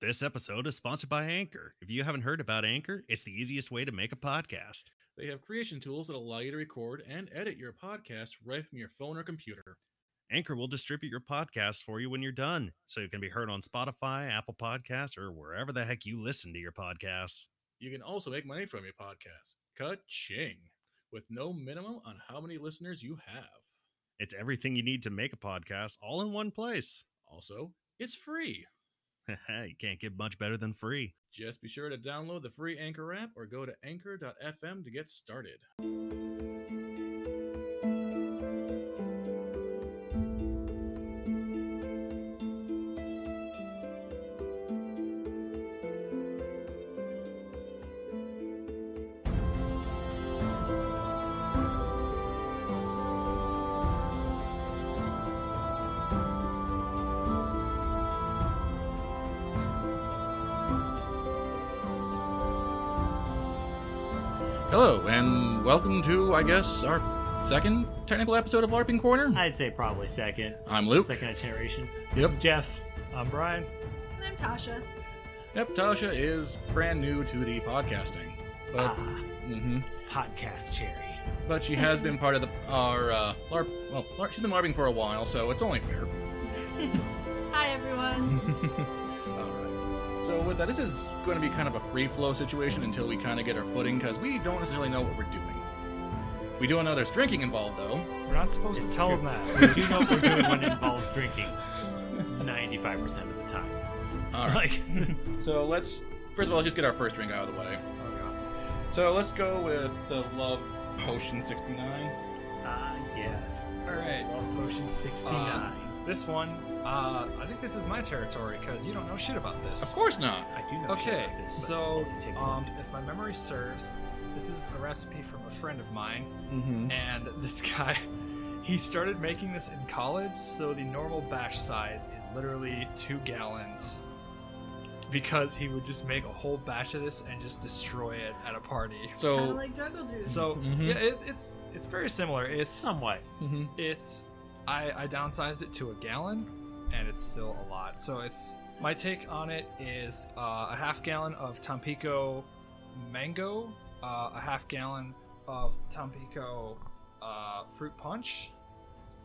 This episode is sponsored by Anchor. If you haven't heard about Anchor, it's the easiest way to make a podcast. They have creation tools that allow you to record and edit your podcast right from your phone or computer. Anchor will distribute your podcast for you when you're done, so it can be heard on Spotify, Apple Podcasts, or wherever the heck you listen to your podcasts. You can also make money from your podcast. Ka-ching! With no minimum on how many listeners you have. It's everything you need to make a podcast all in one place. Also, it's free. you can't get much better than free. Just be sure to download the free Anchor app or go to anchor.fm to get started. Hello, and welcome to, I guess, our second technical episode of LARPing Corner. I'd say probably second. I'm Luke. Second iteration. Yep. This is Jeff. I'm Brian. And I'm Tasha. Yep, Tasha is brand new to the podcasting. But, Ah, hmm podcast cherry. but she has been part of the, our uh, LARP. Well, LARP, she's been LARPing for a while, so it's only fair. Hi, everyone. All right. So with that, this is going to be kind of a free flow situation until we kind of get our footing because we don't necessarily know what we're doing. We do know there's drinking involved, though. We're not supposed It's to tell true. them We that. do know what we're doing when it involves drinking. Ninety-five percent of the time. All right. Like, so let's first of all just get our first drink out of the way. oh, So let's go with the love potion 69. ah, yes. All right. Love potion sixty-nine. This one, uh, I think this is my territory because you don't know shit about this. Of course not. I do know. shit Okay, about this, but so I'll take um, note. if my memory serves, this is a recipe from a friend of mine, Mm-hmm. and this guy, he started making this in college. So the normal batch size is literally two gallons, because he would just make a whole batch of this and just destroy it at a party. Kinda So like Jungle Juice. So Mhm. yeah, it, it's it's very similar. It's somewhat. mhm. it's I, I downsized it to a gallon and it's still a lot so it's my take on it is uh, a half gallon of tampico mango uh, a half gallon of tampico uh, fruit punch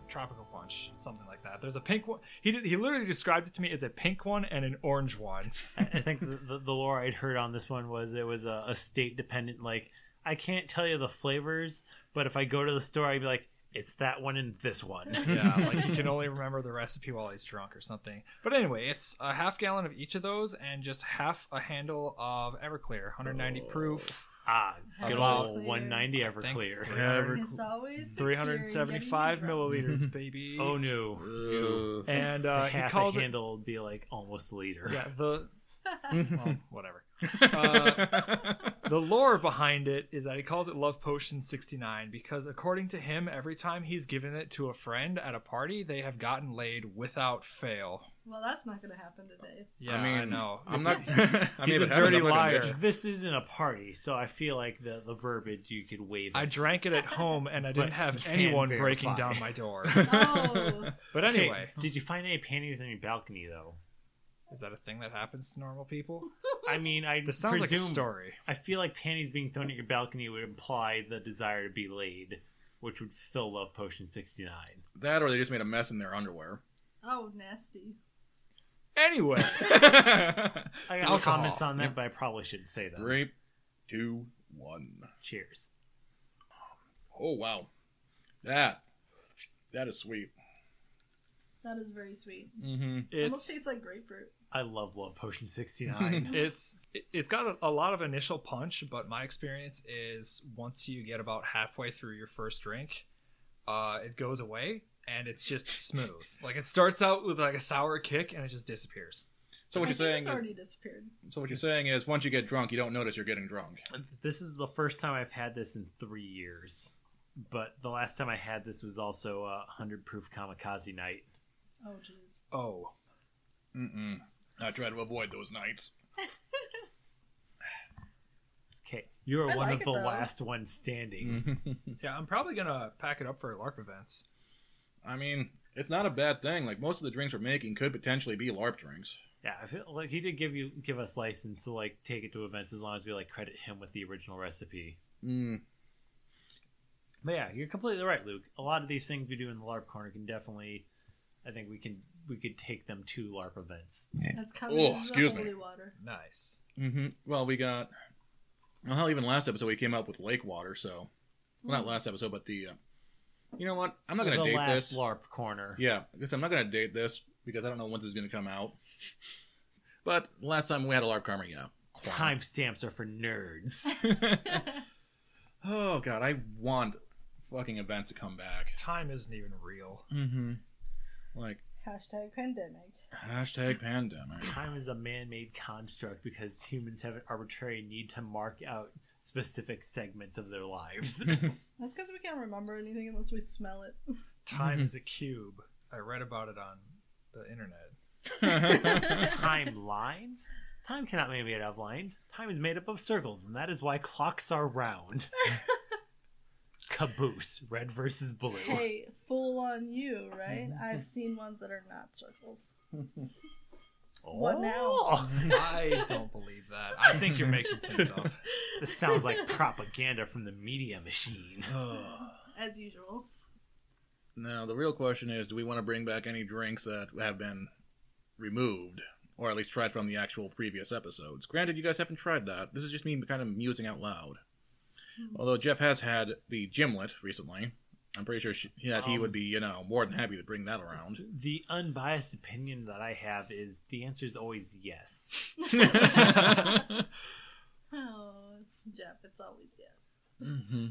tropical punch something like that there's a pink one he, did- he literally described it to me as a pink one and an orange one I, I think the, the, the lore I'd heard on this one was it was a, a state-dependent. Like, I can't tell you the flavors, but if I go to the store, I'd be like, "It's that one and this one." yeah like he can only remember the recipe while he's drunk or something but anyway it's a half gallon of each of those and just half a handle of everclear 190 Oh. proof ah, good Hello. old 190 Thanks. Everclear. it's always secure Three in getting hundred you seventy-five drunk. milliliters, baby. Oh no. Ew. And uh, he half a calls it. handle would be like almost a liter. Yeah, the well, whatever. Uh, the lore behind it is that he calls it Love Potion sixty-nine because, according to him, every time he's given it to a friend at a party, they have gotten laid without fail. Well, that's not going to happen today. Yeah, I, know. I'm not. I He's mean, if a it happens, dirty I'm not gonna liar. bitch. This isn't a party, so I feel like the, the verbiage you could waive. I it. drank it at home, and I didn't But have can anyone breaking verify. down my door. Oh. But Okay, anyway, did you find any panties on your balcony though? is that a thing that happens to normal people? I mean, I This sounds presume, like a story. I feel like panties being thrown at your balcony would imply the desire to be laid, which would fill Love Potion sixty nine. That or they just made a mess in their underwear. oh, nasty. Anyway, I got Alcohol. comments on that, but I probably shouldn't say that. Three, two, one. Cheers. Oh wow, that that is sweet. That is very sweet. Mm-hmm. Almost it's tastes like grapefruit. I love Love Potion sixty nine. it's it- it's got a, a lot of initial punch but my experience is once you get about halfway through your first drink uh, it goes away and it's just smooth. like it starts out with like a sour kick and it just disappears. So what I you're think saying? It's already disappeared. So what you're saying is, once you get drunk, you don't notice you're getting drunk. This is the first time I've had this in three years, but the last time I had this was also a hundred proof kamikaze night. Oh, jeez. Oh, Mm-mm. I try to avoid those nights. Okay, you are I one like of it, the though. last ones standing. yeah. I'm probably gonna pack it up for LARP events. I mean, it's not a bad thing. Like most of the drinks we're making could potentially be LARP drinks. Yeah, I feel like he did give you give us license to like take it to events as long as we like credit him with the original recipe. Mm. But yeah, you're completely right, Luke. A lot of these things we do in the LARP corner can definitely, I think we can we could take them to LARP events. That's coming. Oh, in the excuse me. holy Water. Nice. hmm Well, we got. Well, hell, even last episode we came up with lake water. So, well, Hmm. not last episode, but the. Uh, you know what? I'm not gonna the date last this. LARP corner. Yeah, because I'm not gonna date this because I don't know when this is gonna come out. But last time we had a LARP karma, yeah. Timestamps are for nerds. Oh god, I want fucking events to come back. Time isn't even real. Mm-hmm. Like Hashtag pandemic. hashtag pandemic. Time is a man-made construct because humans have an arbitrary need to mark out specific segments of their lives. That's because we can't remember anything unless we smell it. Time is a cube. I read about it on the internet. Time lines? Time cannot be made of lines. Time is made up of circles, and that is why clocks are round. Caboose, red versus blue. Hey, fool on you, right? I've seen ones that are not circles. what Oh. now? I don't believe that. I think you're making things up. This sounds like propaganda from the media machine. As usual. Now the real question is, do we want to bring back any drinks that have been removed, or at least tried from the actual previous episodes? Granted, you guys haven't tried that. This is just me kind of musing out loud. Hmm. Although Jeff has had the gimlet recently, I'm pretty sure she, that Um. he would be, you know, more than happy to bring that around. The unbiased opinion that I have is the answer is always yes. Mm-hmm. Oh, Jeff, it's always yes.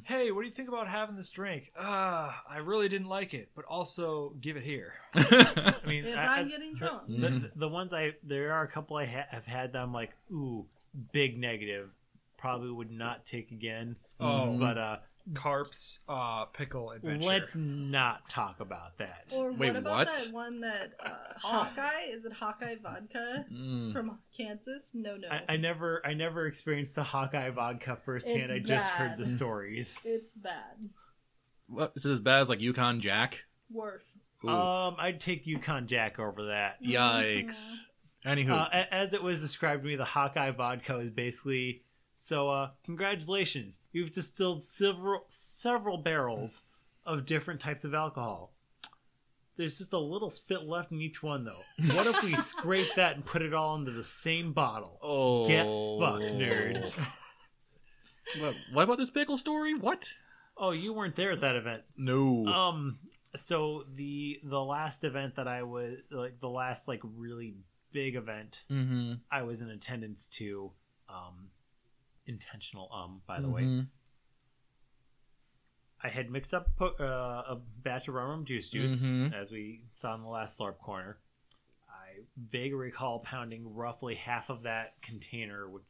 hey, what do you think about having this drink? Ah, I really didn't like it, but also give it here. I mean, If I- I'm I- getting drunk. the, the ones I there are a couple I ha- have had that I'm like, ooh, big negative. Probably would not take again. Oh. but uh, Carp's uh, pickle adventure. let's not talk about that. Or Wait, what about what? that one that uh, Hawkeye? Is it Hawkeye vodka Mm. from Kansas? No, no. I, I never, I never experienced the Hawkeye vodka firsthand. It's I just heard bad. the stories. It's bad. What, is it as bad as like Yukon Jack? Worse. Ooh, Um, I'd take Yukon Jack over that. yikes. Anywho, Uh, a- as it was described to me, the Hawkeye vodka is basically so. Uh, congratulations, you've distilled several several barrels of different types of alcohol. There's just a little spit left in each one, though. What if we scrape that and put it all into the same bottle? oh, Get fucked, nerds. What, what about this pickle story? What? Oh, you weren't there at that event. No. Um. So the the last event that I was like the last like really big event mm-hmm. I was in attendance to, um, intentional um by the way. Mhm. I had mixed up po- uh, a batch of rum rum juice juice Mhm. as we saw in the last LARP corner. I vaguely recall pounding roughly half of that container, which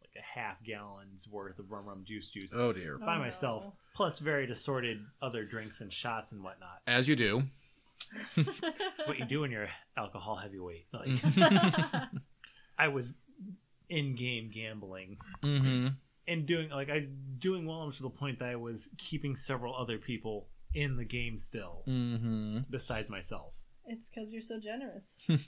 like a half gallon's worth of rum rum juice juice Oh dear. by Oh, no. myself, plus varied assorted other drinks and shots and whatnot. As you do. what you do when you're alcohol heavyweight. Like, Mm-hmm. I was in game gambling Mm-hmm. and doing like I was doing well to the point that I was keeping several other people in the game still, Mm-hmm. besides myself. It's because you're so generous. This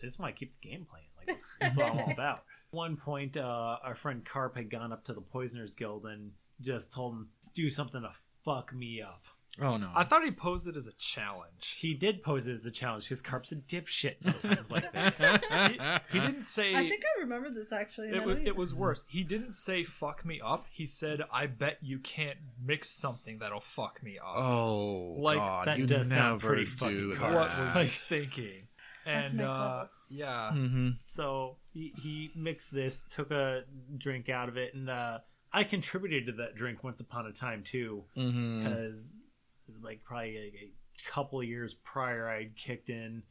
is why I keep the game playing. Like that's what I'm all about. At one point, uh, our friend Carp had gone up to the Poisoners Guild and just told him do something to fuck me up. Oh no. I thought he posed it as a challenge. He did pose it as a challenge because Carp's a dipshit sometimes like that. He, he didn't say. I think I remember this actually. and I it was, don't it even- was worse. He didn't say "fuck me up." He said, "I bet you can't mix something that'll fuck me up." oh Like, God, that you does never sound pretty do fucking that. Oh, what were you God. thinking? That's And next uh, level. yeah, Mm-hmm. So he, he mixed this, took a drink out of it, and uh, I contributed to that drink once upon a time too, Mm. Mm-hmm. because like probably like, a couple of years prior, I had kicked in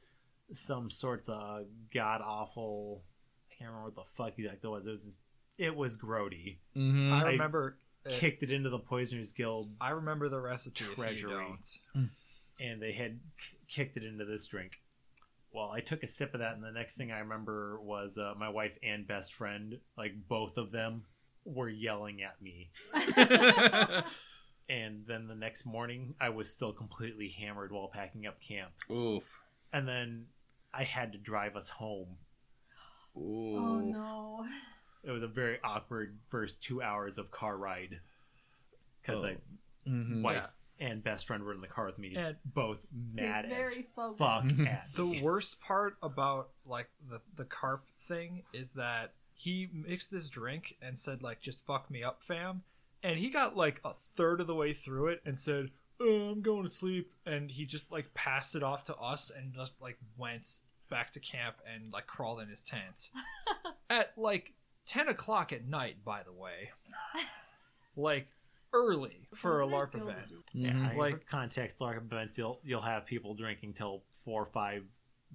some sorts of god awful. I can't remember what the fuck exactly it was. It was just, it was grody. Mm-hmm. I I remember. it. Kicked it into the Poisoners Guild. I remember the recipe. Treasury. Treasury. and they had k- kicked it into this drink. Well, I took a sip of that, and the next thing I remember was uh, my wife and best friend, like both of them, were yelling at me. and then the next morning, I was still completely hammered while packing up camp. Oof. And then I had to drive us home. Ooh. Oh no. It was a very awkward first two hours of car ride because my Mm-hmm. wife and best friend were in the car with me, And both mad as very focused. fuck at me. The worst part about like the the carp thing is that he mixed this drink and said like just fuck me up, fam, and he got like a third of the way through it and said. "Oh, I'm going to sleep, and he just like passed it off to us, and just like went back to camp and like crawled in his tent at like ten o'clock at night. By the way, like early for a Isn't it LARP Gilbert? event. Mm-hmm. Yeah, Mm-hmm. Like- like context lark events, you'll you'll have people drinking till four or five,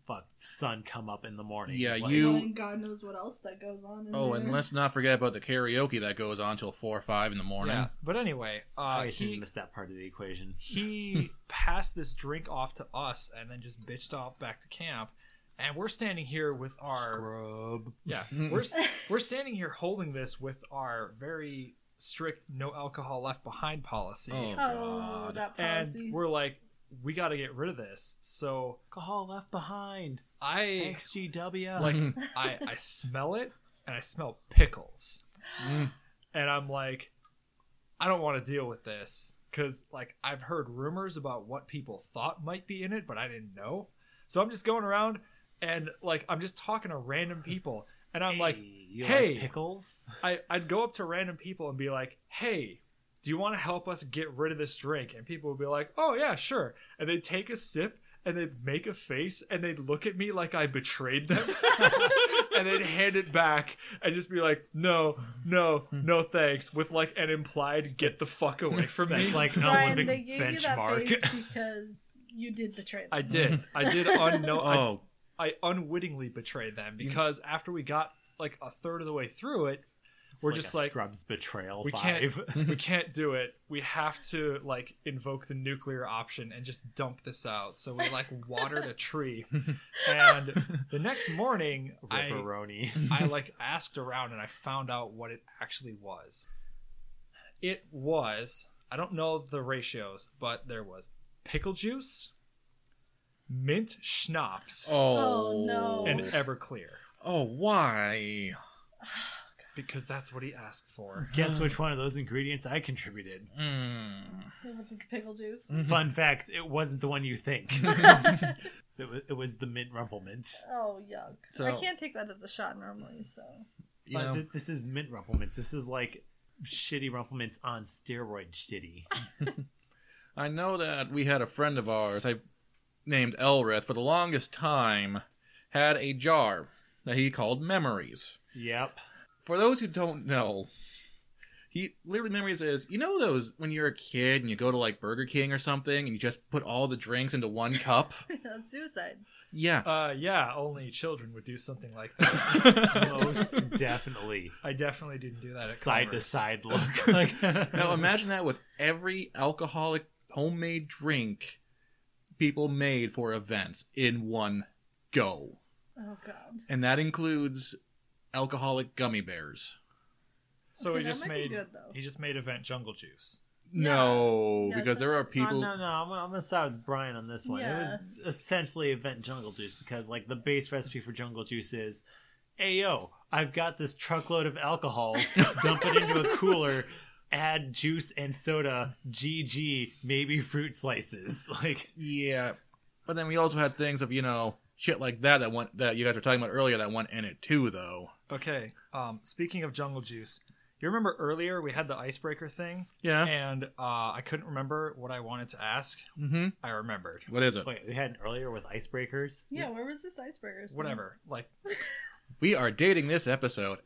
fuck sun come up in the morning. Yeah, Like, You- Well, and God knows what else that goes on. In Oh, there. and let's not forget about the karaoke that goes on till four or five in the morning. Yeah, but anyway, uh, I he shouldn't miss that part of the equation. he passed this drink off to us and then just bitched off back to camp and we're standing here with our Scrub. yeah we're, we're standing here holding this with our very strict no alcohol left behind policy Oh, Oh, God. that policy. and we're like we got to get rid of this so Alcohol left behind. i XGW. like Mm-hmm. i i smell it and i smell pickles and i'm like i don't want to deal with this because like i've heard rumors about what people thought might be in it but i didn't know so i'm just going around and like i'm just talking to random people and i'm like you hey. like pickles. I, i'd go up to random people and be like hey do you want to help us get rid of this drink and people would be like oh yeah sure and they'd take a sip and they'd make a face and they'd look at me like i betrayed them and they'd hand it back and just be like no no no thanks with like an implied get the fuck away from me That's like an Brian, they Olympic gave you that benchmark. face because you did betray them. i did i did unknow- I Oh, I unwittingly betrayed them because after we got like a third of the way through it, It's we're like just a like Scrubs betrayal. we 5 can't we can't do it. We have to like invoke the nuclear option and just dump this out. So we like watered a tree, and the next morning I Ripperoni. I like asked around and I found out what it actually was. It was I don't know the ratios, but there was pickle juice, mint schnapps, oh, no. and Everclear. Oh, why? Because that's what he asked for. Guess which one of those ingredients I contributed. Mm. It wasn't the pickle juice. Fun facts: it wasn't the one you think. it, was, it was the mint rumple mints. Oh, yuck. So- I can't take that as a shot normally, so. You But know, th- this is mint rumplements. This is like shitty rumplements on steroid shitty. I know that we had a friend of ours, I named Elrith, for the longest time, had a jar that he called Memories. yep. for those who don't know, he literally memories is you know those when you're a kid and you go to like Burger King or something and you just put all the drinks into one cup. That's suicide. yeah, Uh, yeah, only children would do something like that. Most definitely. I definitely didn't do that. At Side to Commerce. side look. Like, now imagine that with every alcoholic homemade drink people made for events in one go, Oh, God. and that includes alcoholic gummy bears. So Okay, he that just might be made good, though. he just made event jungle juice. No, Yeah, because so- there are people. Uh, no, no, no. I'm, I'm gonna side with Brian on this one. It was essentially event jungle juice because, like, the base recipe for jungle juice is, "Hey yo, I've got this truckload of alcohols. dump it into a cooler." Add juice and soda, GG, maybe fruit slices. Like, Yeah, but then we also had things of you know shit like that that one that you guys were talking about earlier that went in it too though. Okay. Um, speaking of jungle juice, you remember earlier we had the icebreaker thing, Yeah. and uh, I couldn't remember what I wanted to ask. Mm-hmm. I remembered. What is it? wait, we had an earlier with icebreakers. Yeah, where was this icebreaker? stand? Whatever. Like, We are dating this episode.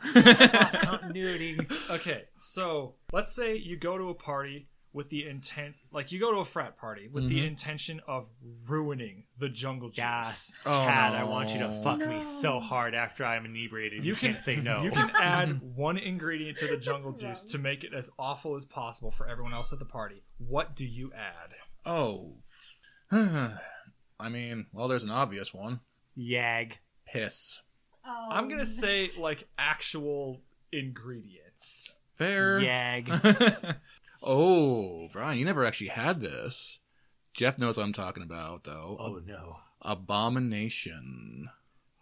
Anywho, continuity. okay, so let's say you go to a party with the intent, like you go to a frat party with Mm-hmm. the intention of ruining the jungle juice. Yes. Oh, Chad, I want you to fuck me No. so hard after I'm inebriated. You, You can- can't say no. You can add one ingredient to the jungle That's juice to make it as awful as possible for everyone else at the party. What do you add? Oh. I mean, well, there's an obvious one. Yag. Piss. Oh, I'm gonna say nice. like actual ingredients. Fair. Yag. oh, Brian, you never actually had this. Jeff knows what I'm talking about, though. Oh no. Abomination.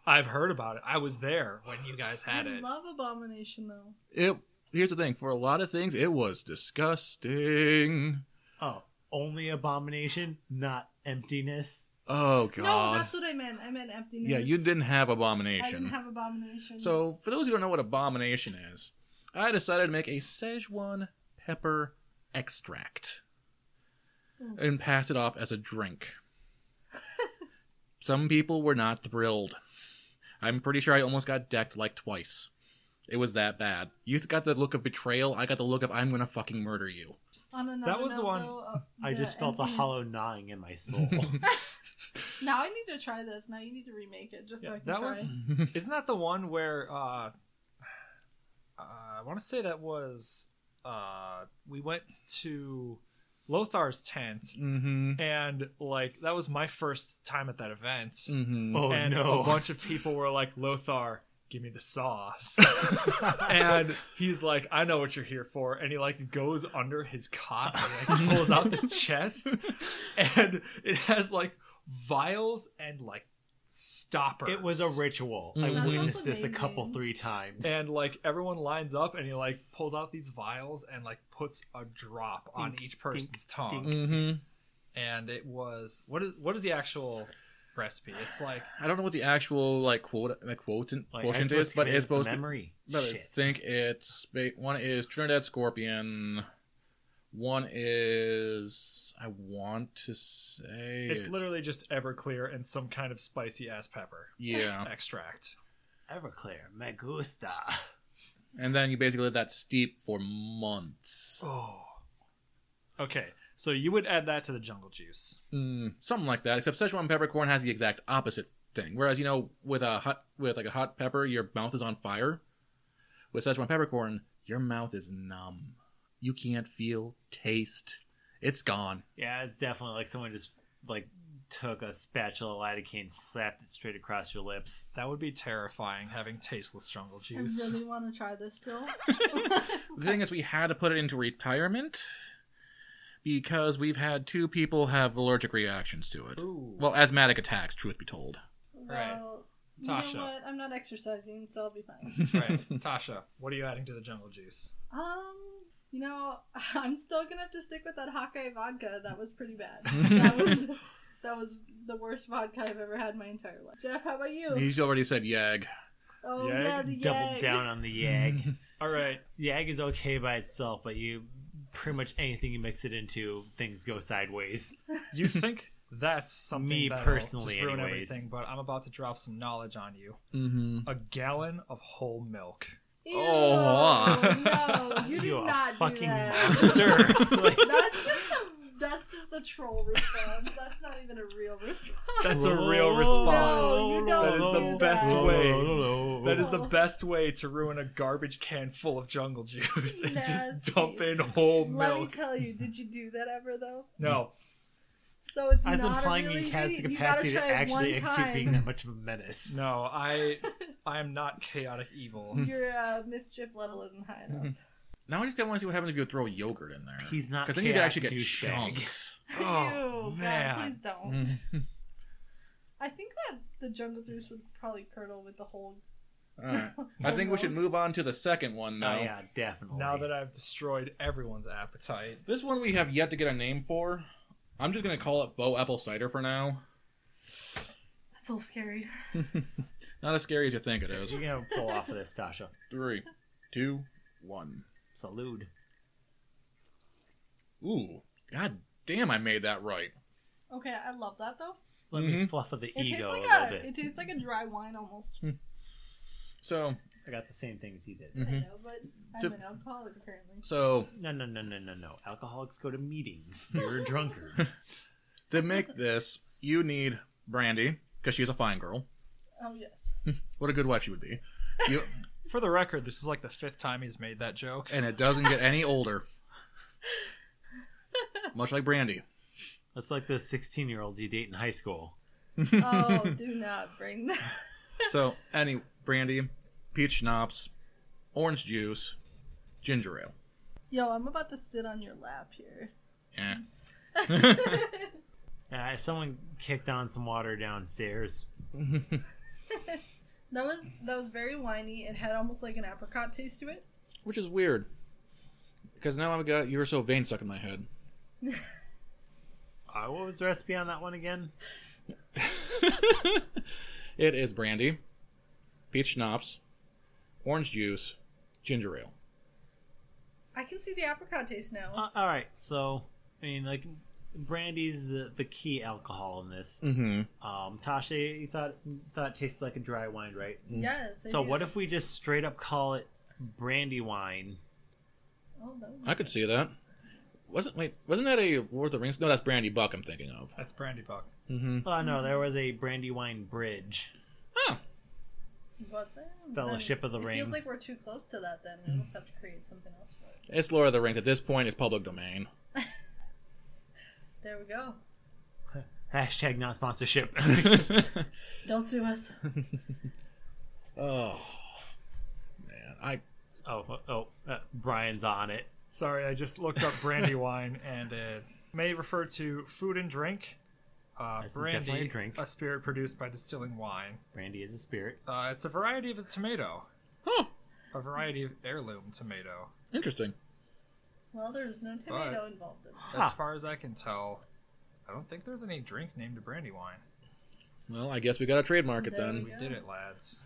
I've heard about it. I was there when you guys had I it. love Abomination though. It. Here's the thing. For a lot of things, it was disgusting. Oh, only abomination, not emptiness. Oh No, God. that's what I meant. I meant emptiness. yeah, you didn't have abomination. I didn't have Abomination. So, for those who don't know what abomination is, I decided to make a Szechuan pepper extract Hmm. and pass it off as a drink. Some people were not thrilled. I'm pretty sure I almost got decked like twice. It was that bad. You got the look of betrayal. I got the look of I'm gonna fucking murder you. On another was the note, one- though, uh, I the just felt a emptiness- hollow gnawing in my soul. Now I need to try this. Now you need to remake it just so I Yeah, can that try. was isn't that the one where uh, I want to say that was uh, we went to Lothar's tent Mm. Mm-hmm. and like that was my first time at that event. Mm-hmm. oh and no. a bunch of people were like, Lothar, give me the sauce. and he's like, I know what you're here for. And he like goes under his cot and like, pulls out his chest. And it has like vials and like stoppers. it was a ritual. Mhm. I That witnessed sounds this a couple amazing. three times. Mm-hmm. And like everyone lines up and he like pulls out these vials and like puts a drop on Dink, each person's dink, tongue. dink. Mm-hmm. And it was what is what is the actual recipe? It's like I don't know what the actual like quote like quotient Like, I quotient supposed is, to but commit it's supposed to memory. But I Shit. think it's ba- one is Trinidad Scorpion. One is I want to say It's literally just Everclear and some kind of spicy ass pepper yeah, extract. Everclear, me gusta. and then you basically let that steep for months, Oh. Okay, so you would add that to the jungle juice. mm, something like that. Except Szechuan peppercorn has the exact opposite thing. Whereas you know with a hot with like a hot pepper, your mouth is on fire. With Szechuan peppercorn, your mouth is numb. You can't feel taste. It's gone. Yeah, it's definitely like someone just like took a spatula of lidocaine, slapped it straight across your lips. That would be terrifying having tasteless jungle I juice. really want to try this still. The thing is, we had to put it into retirement because we've had two people have allergic reactions to it. Ooh. Well, asthmatic attacks, truth be told. Right. well, Tasha. you know what? I'm not exercising, so I'll be fine. right. Tasha, what are you adding to the jungle juice? Um, you know, I'm still gonna have to stick with that Hawkeye vodka. That was pretty bad. That was that was the worst vodka I've ever had in my entire life. Jeff, how about you? He's already said yag. Oh Yag? yeah, the Double yag. down on the yag. All right. yag is okay by itself, but you pretty much anything you mix it into, things go sideways. You think that's something Me that'll personally, just ruin anyways. everything, but I'm about to drop some knowledge on you. Mm-hmm. A gallon of whole milk. Ew, Oh. no, you did You are not do fucking that. monster. Like, That's just a that's just a troll response. That's not even a real response. That's a real response. No, you don't That is the do best that. way. That is the No. best way to ruin a garbage can full of jungle juice. Is just Nasty. dump in whole Let me milk. tell you, did you do that ever though? No, So it's That's not implying a real he has the ingredient. You gotta capacity to try it actually one execute being time. that much of a menace. no, I, I am not chaotic Hmm. evil. Your uh, mischief level isn't high enough. Now I just kind of want to see what happens if you throw yogurt in there. He's not 'Cause then you could chaotic actually get douchebag. chunks. Oh, Ew, God, man. please don't. Mm-hmm. Hmm. I think that the jungle juice would probably curdle with the whole. All right. I think we should move on to the second one No, now. Oh, yeah, definitely. Now that I've destroyed everyone's appetite, This one we have yet to get a name for. I'm just gonna call it faux apple cider for now. That's a little scary. Not as scary as you think it is. you're gonna pull off of this, Tasha. Three, two, one. Salute. Ooh, god damn! I made that right. Okay, I love that though. Let me Mhm. fluff of the It ego a tastes little like a, bit. it tastes like a dry wine almost. So, I got the same thing as you did. Mm. Mm-hmm. I know, but I'm To- an alcoholic apparently. so No, no, no, no, no, no. Alcoholics go to meetings. You're a drunkard. to make this, you need Brandy because she's a fine girl. Oh yes. What a good wife she would be. You, For the record, this is like the fifth time he's made that joke. and it doesn't get any older. Much like Brandy. That's like those 16 year olds you date in high school. Oh, do not bring that. So, any Brandy, peach schnapps, orange juice, ginger ale. Yo, I'm about to sit on your lap here. Eh. Uh, someone kicked on some water downstairs. That was that was very winey. It had almost like an apricot taste to it. Which is weird. Because now I've got You're So Vain stuck in my head. Uh, what was the recipe on that one again? It is brandy, peach schnapps, orange juice, ginger ale. I can see the apricot taste now. Uh, all right, so I mean, like, brandy's the, the key alcohol in this. Mm-hmm. Um, Tasha, you thought thought it tasted like a dry wine, right? yes. I So do. what if we just straight up call it brandy wine? Oh, that was- I could see that. Wasn't wait? Wasn't that a Lord of the Rings? No, that's Brandy Buck. I'm thinking of. That's Brandy Buck. Oh no, there was a brandy wine bridge. what's that? Fellowship of the it Ring. Hmm. Feels like we're too close to that. Then we must have to create something else for it. It's Lord of the Rings. At this point, it's public domain. There we go. Hashtag not sponsorship. Don't sue us. Oh man, I oh, oh, oh uh, Brian's on it. Sorry, I just looked up brandy wine and it may refer to food and drink. Uh, This is brandy, definitely a drink. spirit produced by distilling wine. Brandy is a spirit. Uh, it's a variety of a tomato, huh a variety of heirloom tomato. interesting. Well, there's no tomato involved. In it. Huh. As far as I can tell, I don't think there's any drink named brandy wine. Well, I guess we got to trademark it There then. we go. Did it, lads?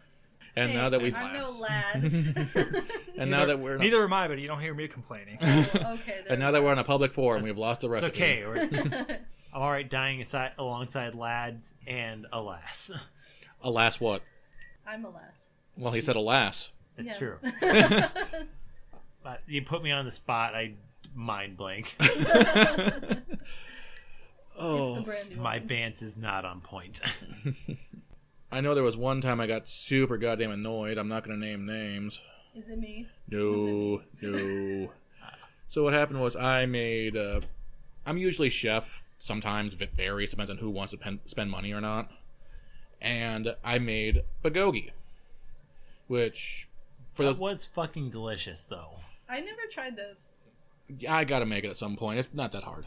And Hey, now that we I'm no Class. lad. and now that we're in a- Neither am I, but you don't hear me complaining. okay. and now that we're on a public forum, we've lost the It's recipe. okay. We're, all right, dying aside, alongside lads and alas, Alas, what? I'm a lass. Well, he said alas. it's Yeah. true. but you put me on the spot. I mind blank. It's the brand new Oh, My one. bance is not on point. I know there was one time I got super goddamn annoyed. I'm not gonna name names. Is it me? No, no. so what happened was I made. Uh, I'm usually chef. Sometimes it varies, depends on who wants to pen- spend money or not. And I made bulgogi, which for It those was fucking delicious though. I never tried this. I gotta make it at some point. It's not that hard.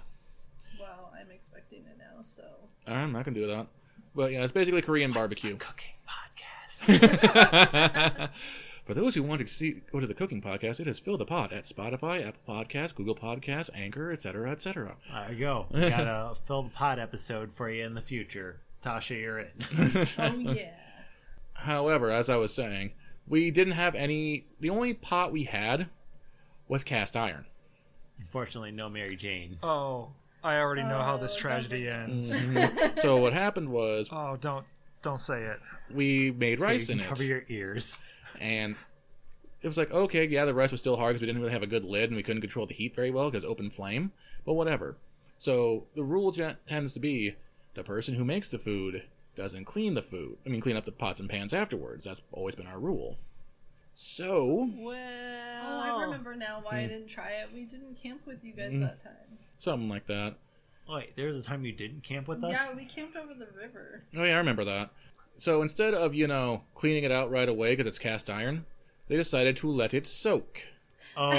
Well, I'm expecting it now, so I'm not gonna do that. But yeah, it's basically Korean barbecue. Cooking podcast. For those who want to see, go to the cooking podcast, it is Fill the Pot at Spotify, Apple Podcasts, Google Podcasts, Anchor, etc., etc. there you go. We got a filled pot episode for you in the future. Tasha, you're it. oh yeah. However, as I was saying, we didn't have any. The only pot we had was cast iron. Unfortunately, no Mary Jane. oh, I already know how this Oh, don't tragedy ends. Mm-hmm. so what happened was Oh, don't don't say it. we made So you rice can in it, cover your ears. and it was like okay, yeah, the rice was still hard because we didn't really have a good lid and we couldn't control the heat very well because open flame. But whatever. So the rule gen- tends to be the person who makes the food doesn't clean the food. I mean, clean up the pots and pans afterwards. That's always been our rule. So Well, Oh, I remember now why Hmm. I didn't try it. We didn't camp with you guys that time. something like that. Wait, there was a time you didn't camp with us. Yeah, we camped over the river. Oh yeah, I remember that. So instead of you know cleaning it out right away because it's cast iron, they decided to let it soak Oh,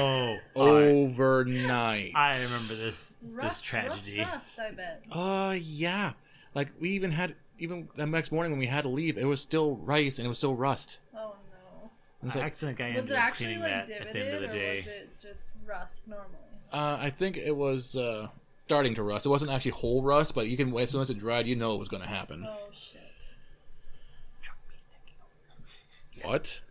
alright. overnight. I remember this this Rust, tragedy. Rust, rust, I bet. Uh yeah, like we even had even the next morning when we had to leave, it was still rice and it was still rust. Oh no. And it's I like, accident guy Was ended it up actually cleaning like that at the end of divoted the or day. was it just rust normally? uh, I think it was uh, starting to rust. It wasn't actually whole rust, but you can as soon as it dried, you know it was going to happen. Oh shit. What?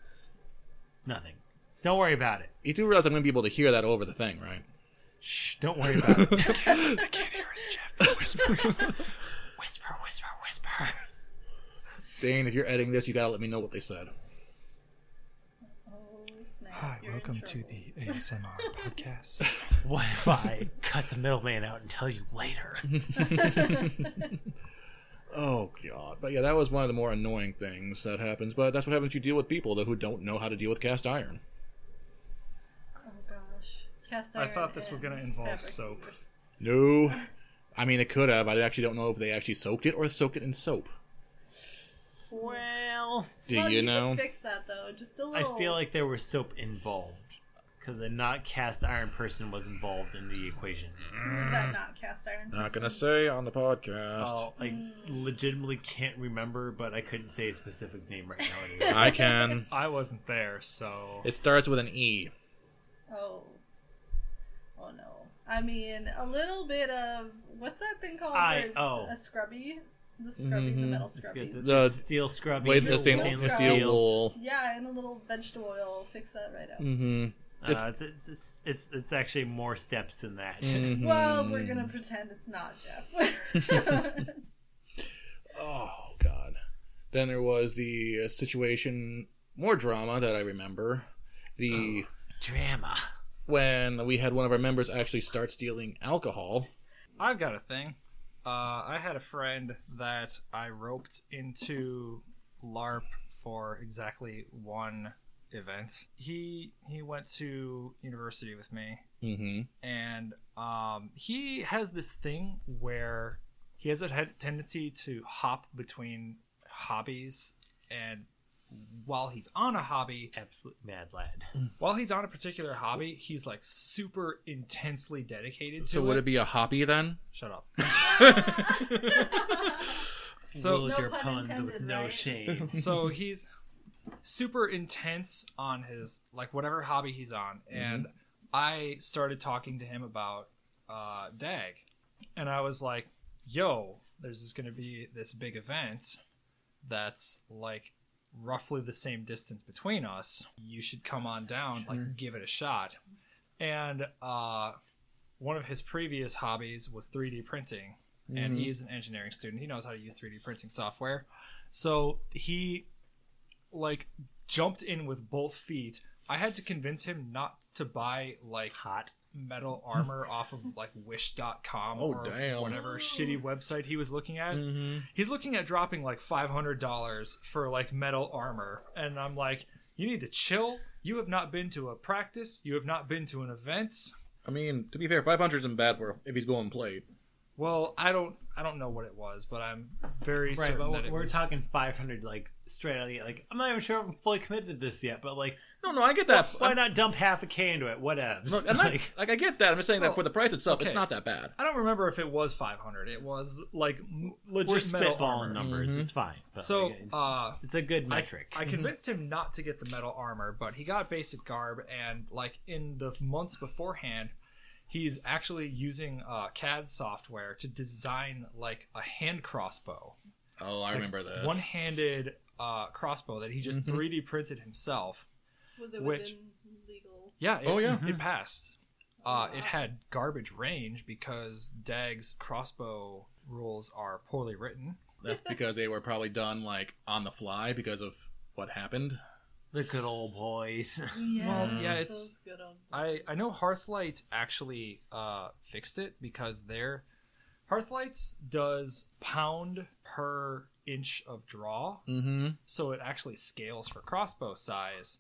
Nothing. Don't worry about it. You do realize I'm going to be able to hear that over the thing, right? Shh, don't worry about it. Whisper, whisper, whisper. Dane, if you're editing this, you got to let me know what they said. Hi, You're in welcome to trouble. the ASMR podcast. What if I cut the middleman out and tell you later? Oh god. But yeah, that was one of the more annoying things that happens. But that's what happens. You deal with people that who don't know how to deal with cast iron. Oh gosh. Cast I iron thought this was and gonna involve fabric soap. scissors. No, I mean it could have. I actually don't know if they actually soaked it or soaked it in soap. Well, Do well, you could know? fix that though. Just a I little. feel like there was soap involved because a not cast iron person was involved in the equation. was that not cast iron? Mm-hmm. Not gonna person? say on the podcast. Oh, I legitimately can't remember, but I couldn't say a specific name right now. Anyway. I can. I wasn't there, so It starts with an E. Oh. Oh no. I mean, a little bit of what's that thing called? I- where it's oh. a scrubby, the scrubby, Mm-hmm. the metal scrubbies. The- the steel scrubby, Wait, the Steel stain- wool the scrubs. steel wool. Yeah, and a little vegetable oil. Fix that right Mm-hmm. up. Uh, it's, it's, it's, it's, it's actually more steps than that. Well, we're Mm-hmm. gonna pretend it's not Jeff. Oh God! Then there was the uh, situation, more drama that I remember. The Drama. when we had one of our members actually start stealing alcohol. I've got a thing. Uh, I had a friend that I roped into LARP for exactly one event. He he went to university with me, Mm-hmm. and um, he has this thing where he has a head- tendency to hop between hobbies, and while he's on a hobby, Absolute mad lad. while he's on a particular hobby, he's like super intensely dedicated to So would it be a hoppy then? Shut up. So, So- Wield No your pun puns with intended, no right? shame. so he's super intense on his like whatever hobby he's on and i started talking to him about uh dag and i was like yo there's just gonna be this big event that's like roughly the same distance between us you should come on down like give it a shot and uh one of his previous hobbies was 3d printing Mm-hmm. and he's an engineering student he knows how to use 3d printing software so he like jumped in with both feet. I had to convince him not to buy like Hot. metal armor off of like wish.com Oh, or damn. Mm-hmm. whatever shitty website he was looking at. He's looking at dropping like $500 for like metal armor and I'm like, "You need to chill. You have not been to a practice. You have not been to an event." I mean, to be fair, five hundred isn't bad for if he's going plate. Well, I don't I don't know what it was, but I'm very Right, certain but that we're, it we're was- talking 500, like, straight out of the gate. Like, I'm not even sure if I'm fully committed to this yet, but, like, No, no, I get that. why not dump half a K into it? Whatevs. No, I'm not- like, like Oh, I get that. I'm just saying that for the price itself, it's okay. not that bad. I don't remember if it was 500. It was like m- legit we're metal spitballing armor. numbers. Mm-hmm. It's fine. But, So, like, it's, uh, it's a good metric. I convinced him not to get the metal armor, but he got basic garb, and like in the months beforehand, he's actually using uh, CAD software to design like a hand crossbow, Oh, I remember this. one-handed uh, crossbow that he just Mm-hmm. 3D printed himself. was it within Which- legal? Yeah. It, Oh, yeah. It passed. Uh, it had garbage range because Dag's crossbow rules are poorly written. That's because they were probably done like on the fly because of what happened. the good old boys. Yeah, Well, yeah, those it's- good old- I I know Hearthlight actually uh, fixed it because their Hearthlights does pound per inch of draw, Mm-hmm. so it actually scales for crossbow size.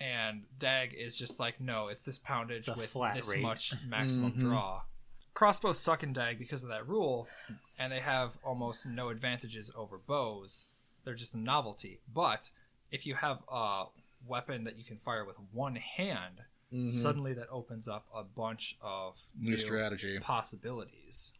And Dag is just like, no, it's this poundage The with flat this rate. Mm-hmm. much maximum draw. Crossbows suck in Dag because of that rule, and they have almost no advantages over bows. They're just a novelty. But if you have a weapon that you can fire with one hand, suddenly that opens up a bunch of Mm-hmm. New strategy. possibilities.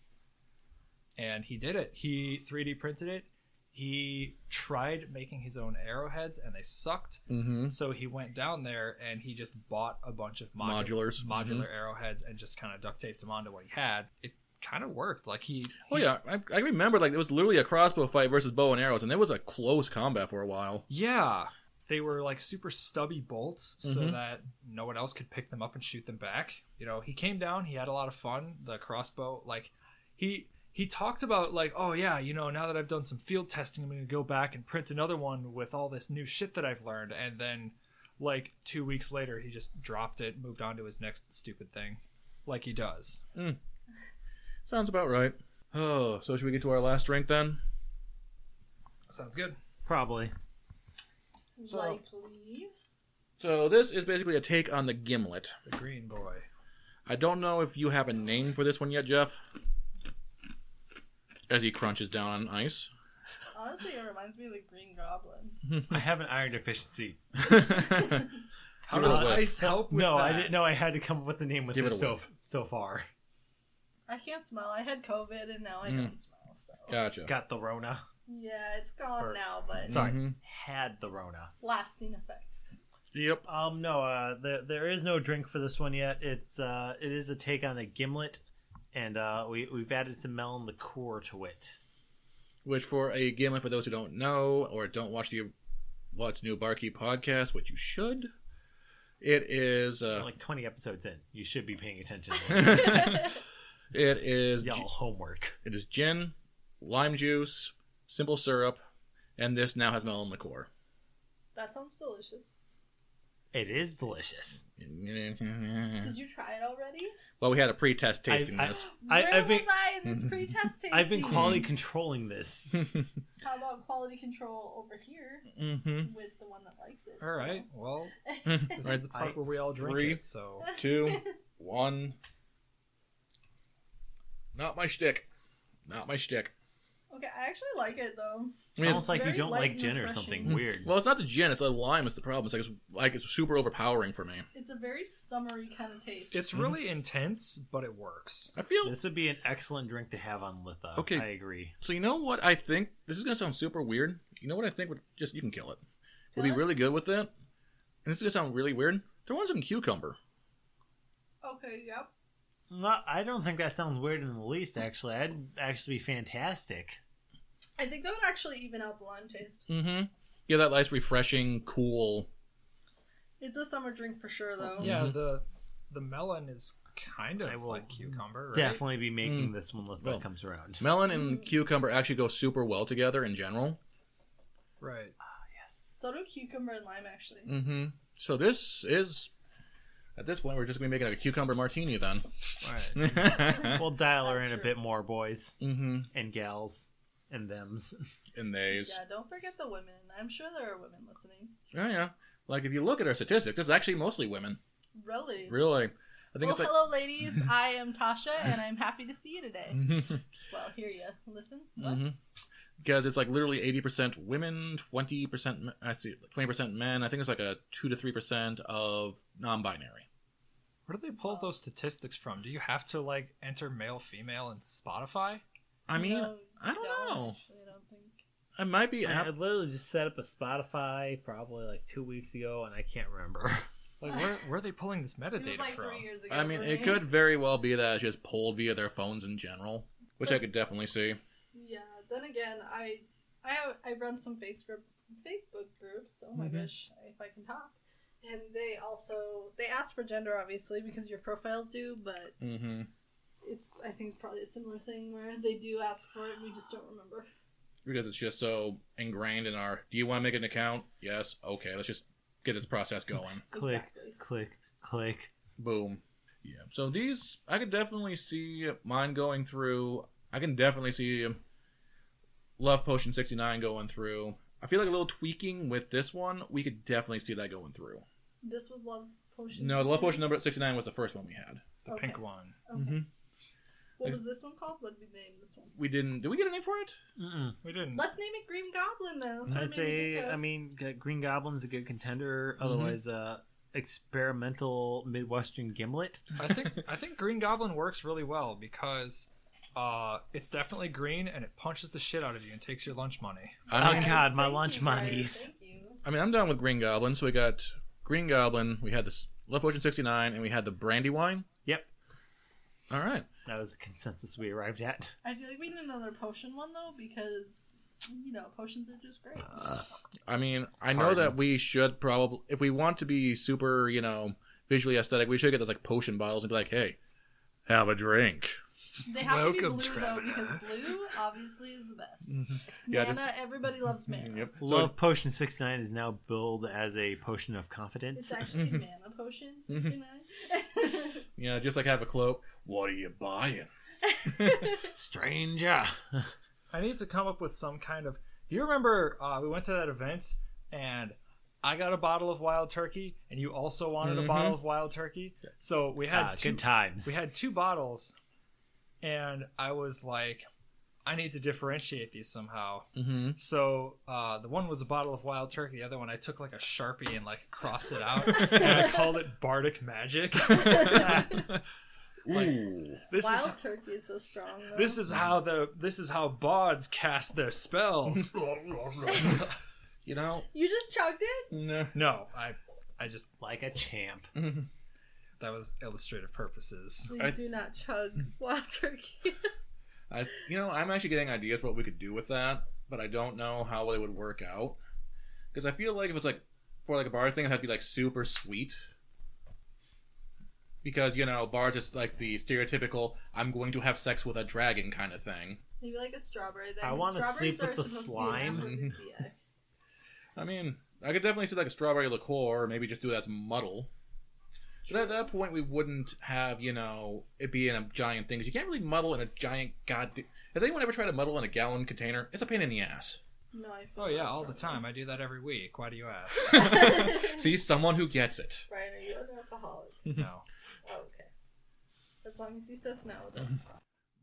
And he did it. He 3D printed it. He tried making his own arrowheads and they sucked. Mm-hmm. So he went down there and he just bought a bunch of modu- Modulars. Mm-hmm. modular arrowheads and just kind of duct taped them onto what he had. It kind of worked. Like he, Oh yeah, I, I remember like it was literally a crossbow fight versus bow and arrows, and it was a close combat for a while. yeah, they were like super stubby bolts Mm-hmm. so that no one else could pick them up and shoot them back. You know, he came down. He had a lot of fun. The crossbow, like he he talked about like oh yeah you know now that i've done some field testing i'm going to go back and print another one with all this new shit that i've learned and then like two weeks later, he just dropped it, moved on to his next stupid thing, like he does. Sounds about right. Oh, so should we get to our last drink then? Sounds good. Probably. Likely. So this is basically a take on the gimlet. The green boy. I don't know if you have a name for this one yet, Jeff. As he crunches down on ice. Honestly, it reminds me of the Green Goblin. I have an iron deficiency. How Give it does a whiff. ice help? With no, I that? didn't. No, I had to come up with a name with Give it this a so whiff. so far. I can't smell. I had COVID and now I don't smell. So Gotcha. Got the Rona. yeah, it's gone Or- now, but Sorry, Mm-hmm. had the Rona. lasting effects. Yep. Um, no, uh, there, there is no drink for this one yet. It's uh, it is a take on a gimlet, and uh, we we've added some melon liqueur to it. Which for a gimlet, for those who don't know or don't watch the What's New Barkeep podcast, which you should, it is uh, like 20 episodes in, you should be paying attention. it is Y'all homework. it is gin, lime juice, simple syrup, and this now has melon liqueur. That sounds delicious. It is delicious. Did you try it already? Well, we had a pre-test I- tasting I- this. Mm. I, Where I've was been I in this pre-test tasting? I've been quality controlling this. How about quality control over here Mm-hmm. with the one that likes it? All right. most? Well, this Right. is the part I- where we all drink three. it. So Two, one. Not my shtick. Not my shtick. Okay, I actually like it though. I mean, Almost like you very don't light like and gin or refreshing. something weird. Well, it's not the gin; it's the lime. It's the problem. It's like it's like it's super overpowering for me. It's a very summery kind of taste. it's really intense, but it works. I feel This would be an excellent drink to have on Litha. Okay. I agree. so. You know what I think? This is gonna sound super weird. You know what I think? Would just you can kill it. Would be Kill it? really good with that. And this is gonna sound really weird. Throw in some cucumber. okay. Yep. No, I don't think that sounds weird in the least, actually. I'd actually be fantastic. I think that would actually even out the lime taste. Mm-hmm. Yeah, that nice, refreshing, cool. It's a summer drink for sure though. Yeah, Uh, the the melon is kind I of will like cucumber. Right? Definitely be Hmm. making this when Litha Well, comes around. Melon and cucumber actually go super well together in general. Right. So do cucumber and lime actually. Mm-hmm. So this is at this point we're just gonna be making a cucumber martini then. Right. We'll dial her That's in true. a bit more, boys Mm-hmm. and gals and thems. In these. Yeah. Don't forget the women. I'm sure there are women listening. Yeah, yeah. Like if you look at our statistics, this is actually mostly women. Really. Really. I think Well, it's like hello, ladies. I am Tasha, and I'm happy to see you today. Mm-hmm. well, hear you. Listen. What? because it's like literally eighty percent women, twenty percent I see twenty percent men. I think it's like a two to three percent of non binary. Where do they pull those statistics from? Do you have to like enter male female in Spotify? I mean No, I don't know. actually, I don't think. I might be I, I literally just set up a Spotify probably like two weeks ago, and I can't remember. Like where where are they pulling this It metadata was like from? three years ago. I mean, for it me. could very well be that it's just pulled via their phones in general, which I could definitely see. Yeah. Then again, I I have, I run some Facebook Facebook groups. Oh my Mm-hmm. gosh, if I can talk. And they also they ask for gender obviously because your profiles do, but Mm-hmm. it's I think it's probably a similar thing where they do ask for it. We just don't remember. Because it's just so ingrained in our. Do you want to make an account? Yes. Okay. Let's just get this process going. click, Exactly. click, click. Boom. Yeah. So these, I could definitely see mine going through. I can definitely see Love Potion 69 going through. I feel like a little tweaking with this one. We could definitely see that going through. This was love potion. No, the Love Potion Season? number 69 was the first one we had. The Okay. pink one. Mm-hmm. Okay. Mhm. What was this one called? What did we name this one? We didn't. Did we get a name for it? Mm-mm. We didn't. Let's name it Green Goblin then. That's what it made I'd me say, think of. Mm-hmm. I mean, G- Green Goblin's a good contender. Otherwise, uh, experimental Midwestern gimlet. I think I think Green Goblin works really well because uh, it's definitely green and it punches the shit out of you and takes your lunch money. I mean, Oh, God, my Thank lunch you, Brian. monies. Thank you. I mean, I'm done with Green Goblin. So we got Green Goblin. We had this Left Ocean 69, and we had the brandy wine. Yep, All right. that was the consensus we arrived at. I feel like we need another potion one though because you know potions are just great. I mean, I know that we should probably, if we want to be super, you know, visually aesthetic, we should get those like potion bottles and be like, hey, have a drink. They have to be Welcome, blue Trevor. though, because blue obviously is the best. Yeah, mana, just- everybody loves mana. Mm-hmm. Yep. So- Love Potion 69 is now billed as a potion of confidence. It's actually mana potion sixty nine. Yeah, just like have a cloak. What are you buying? Stranger. I need to come up with some kind of. Do you remember uh, we went to that event and I got a bottle of wild turkey and you also wanted a bottle of wild turkey? So we had Ah, two, good times. we had two bottles, and I was like, I need to differentiate these somehow. Mm-hmm. So uh, the one was a bottle of wild turkey. The other one, I took like a sharpie and like crossed it out, and I called it Bardic Magic. Like, this Wild is turkey is so strong. Though. this is how the this is how bards cast their spells. You know, you just chugged it. no. no, I I just like a champ. Mm-hmm. that was illustrative purposes. Please I- do not chug wild turkey. I, you know, I'm actually getting ideas for what we could do with that, but I don't know how they would work out. Because I feel like if it's like for like a bar thing, it'd have to be like super sweet. Because you know, bars is like the stereotypical "I'm going to have sex with a dragon" kind of thing. Maybe like a strawberry. Then. I 'cause wanna strawberries sleep with are the supposed to be slime. an aphrodisiac. I mean, I could definitely see like a strawberry liqueur, or maybe just do that as muddle. But at that point, we wouldn't have you know it be in a giant thing. 'cause you can't really muddle in a giant goddamn. Has anyone ever tried to muddle in a gallon container? It's a pain in the ass. No, I feel Oh yeah, that's all the wrong. time. I do that every week. Why do you ask? See someone who gets it. Brian, are you an alcoholic? No. Oh, okay. As long as he says no, that's fine.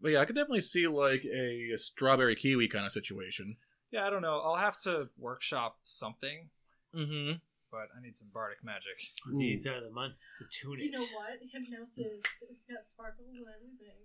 But yeah, I could definitely see like a, strawberry kiwi kind of situation. Yeah, I don't know. I'll have to workshop something, Mm-hmm. but I need some bardic magic. These are the months to tune it. You know what? Hypnosis. It's got sparkles and everything.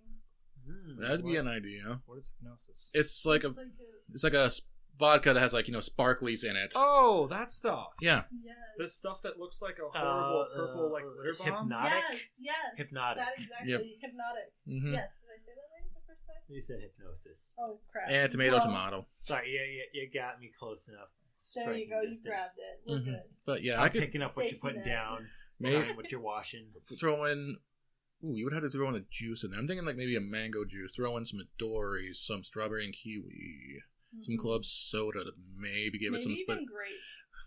Hmm, That'd be What- an idea. What is hypnosis? It's like a it's like a it's like a s- vodka that has like you know sparklies in it. oh, that stuff. Yeah. yes. This stuff that looks like a Uh, horrible purple uh, like glitter bomb. hypnotic? Yes, yes. Hypnotic. That exactly. Hypnotic. Mm-hmm. Yes. Did I say that right the first time? You said hypnosis. Oh crap. And tomato, Well, tomato. Sorry, yeah, yeah, you got me close enough. There you Striking go. You distance. grabbed it. We're Mhm. good. But yeah, I'm I could picking up what you're Safety putting net. down, Maybe- throwing what you're washing. throw in. Ooh, you would have to throw in a juice in there. I'm thinking like maybe a mango juice. Throw in some Midori's, some strawberry and kiwi, some Mhm. club soda to maybe give Maybe it some. even spin. grape.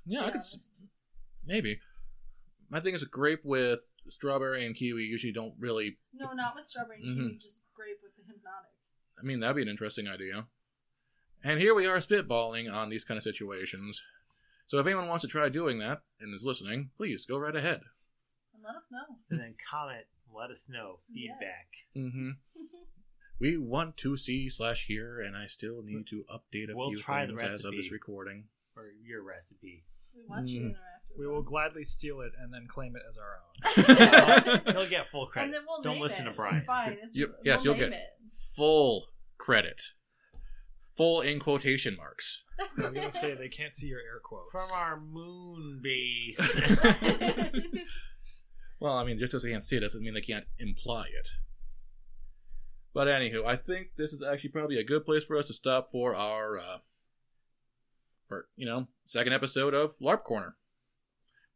yeah, to I be could s- honest. maybe. My thing is a grape with strawberry and kiwi usually don't really No, not with strawberry and Mhm. kiwi. Just grape with the hypnotic. I mean, that'd be an interesting idea. And here we are spitballing on these kind of situations. So if anyone wants to try doing that and is listening, please go right ahead. And let us know. And then comment, let us know, Yes. feedback. Mm-hmm. we want to see slash hear, and I still need to update a We'll few try the things as of this recipe. recording. Or your recipe. We want you to Mm. interact with We will us. gladly steal it and then claim it as our own. He'll get full credit. And then we'll Don't name listen it. to Brian. It's fine. It's, Yep. Yes, we'll you'll name get- it. Full credit. Full in quotation marks. I was gonna say they can't see your air quotes. From our moon base. Well, I mean, just because they can't see it doesn't mean they can't imply it. But anywho, I think this is actually probably a good place for us to stop for our, uh, for you know, second episode of LARP Corner.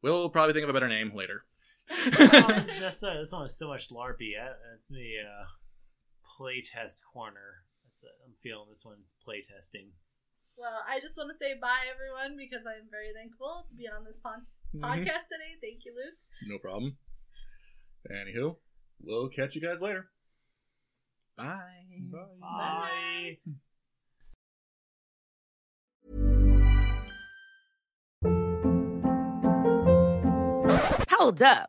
We'll probably think of a better name later. Um, that's not, that's not so much LARPy. Uh, uh, the uh, playtest corner. That's it. I'm feeling this one's playtesting. Well, I just want to say bye, everyone, because I'm very thankful to be on this pon- podcast today. Thank you, Luke. No problem. Anywho, we'll catch you guys later. Bye. Bye. Hold up.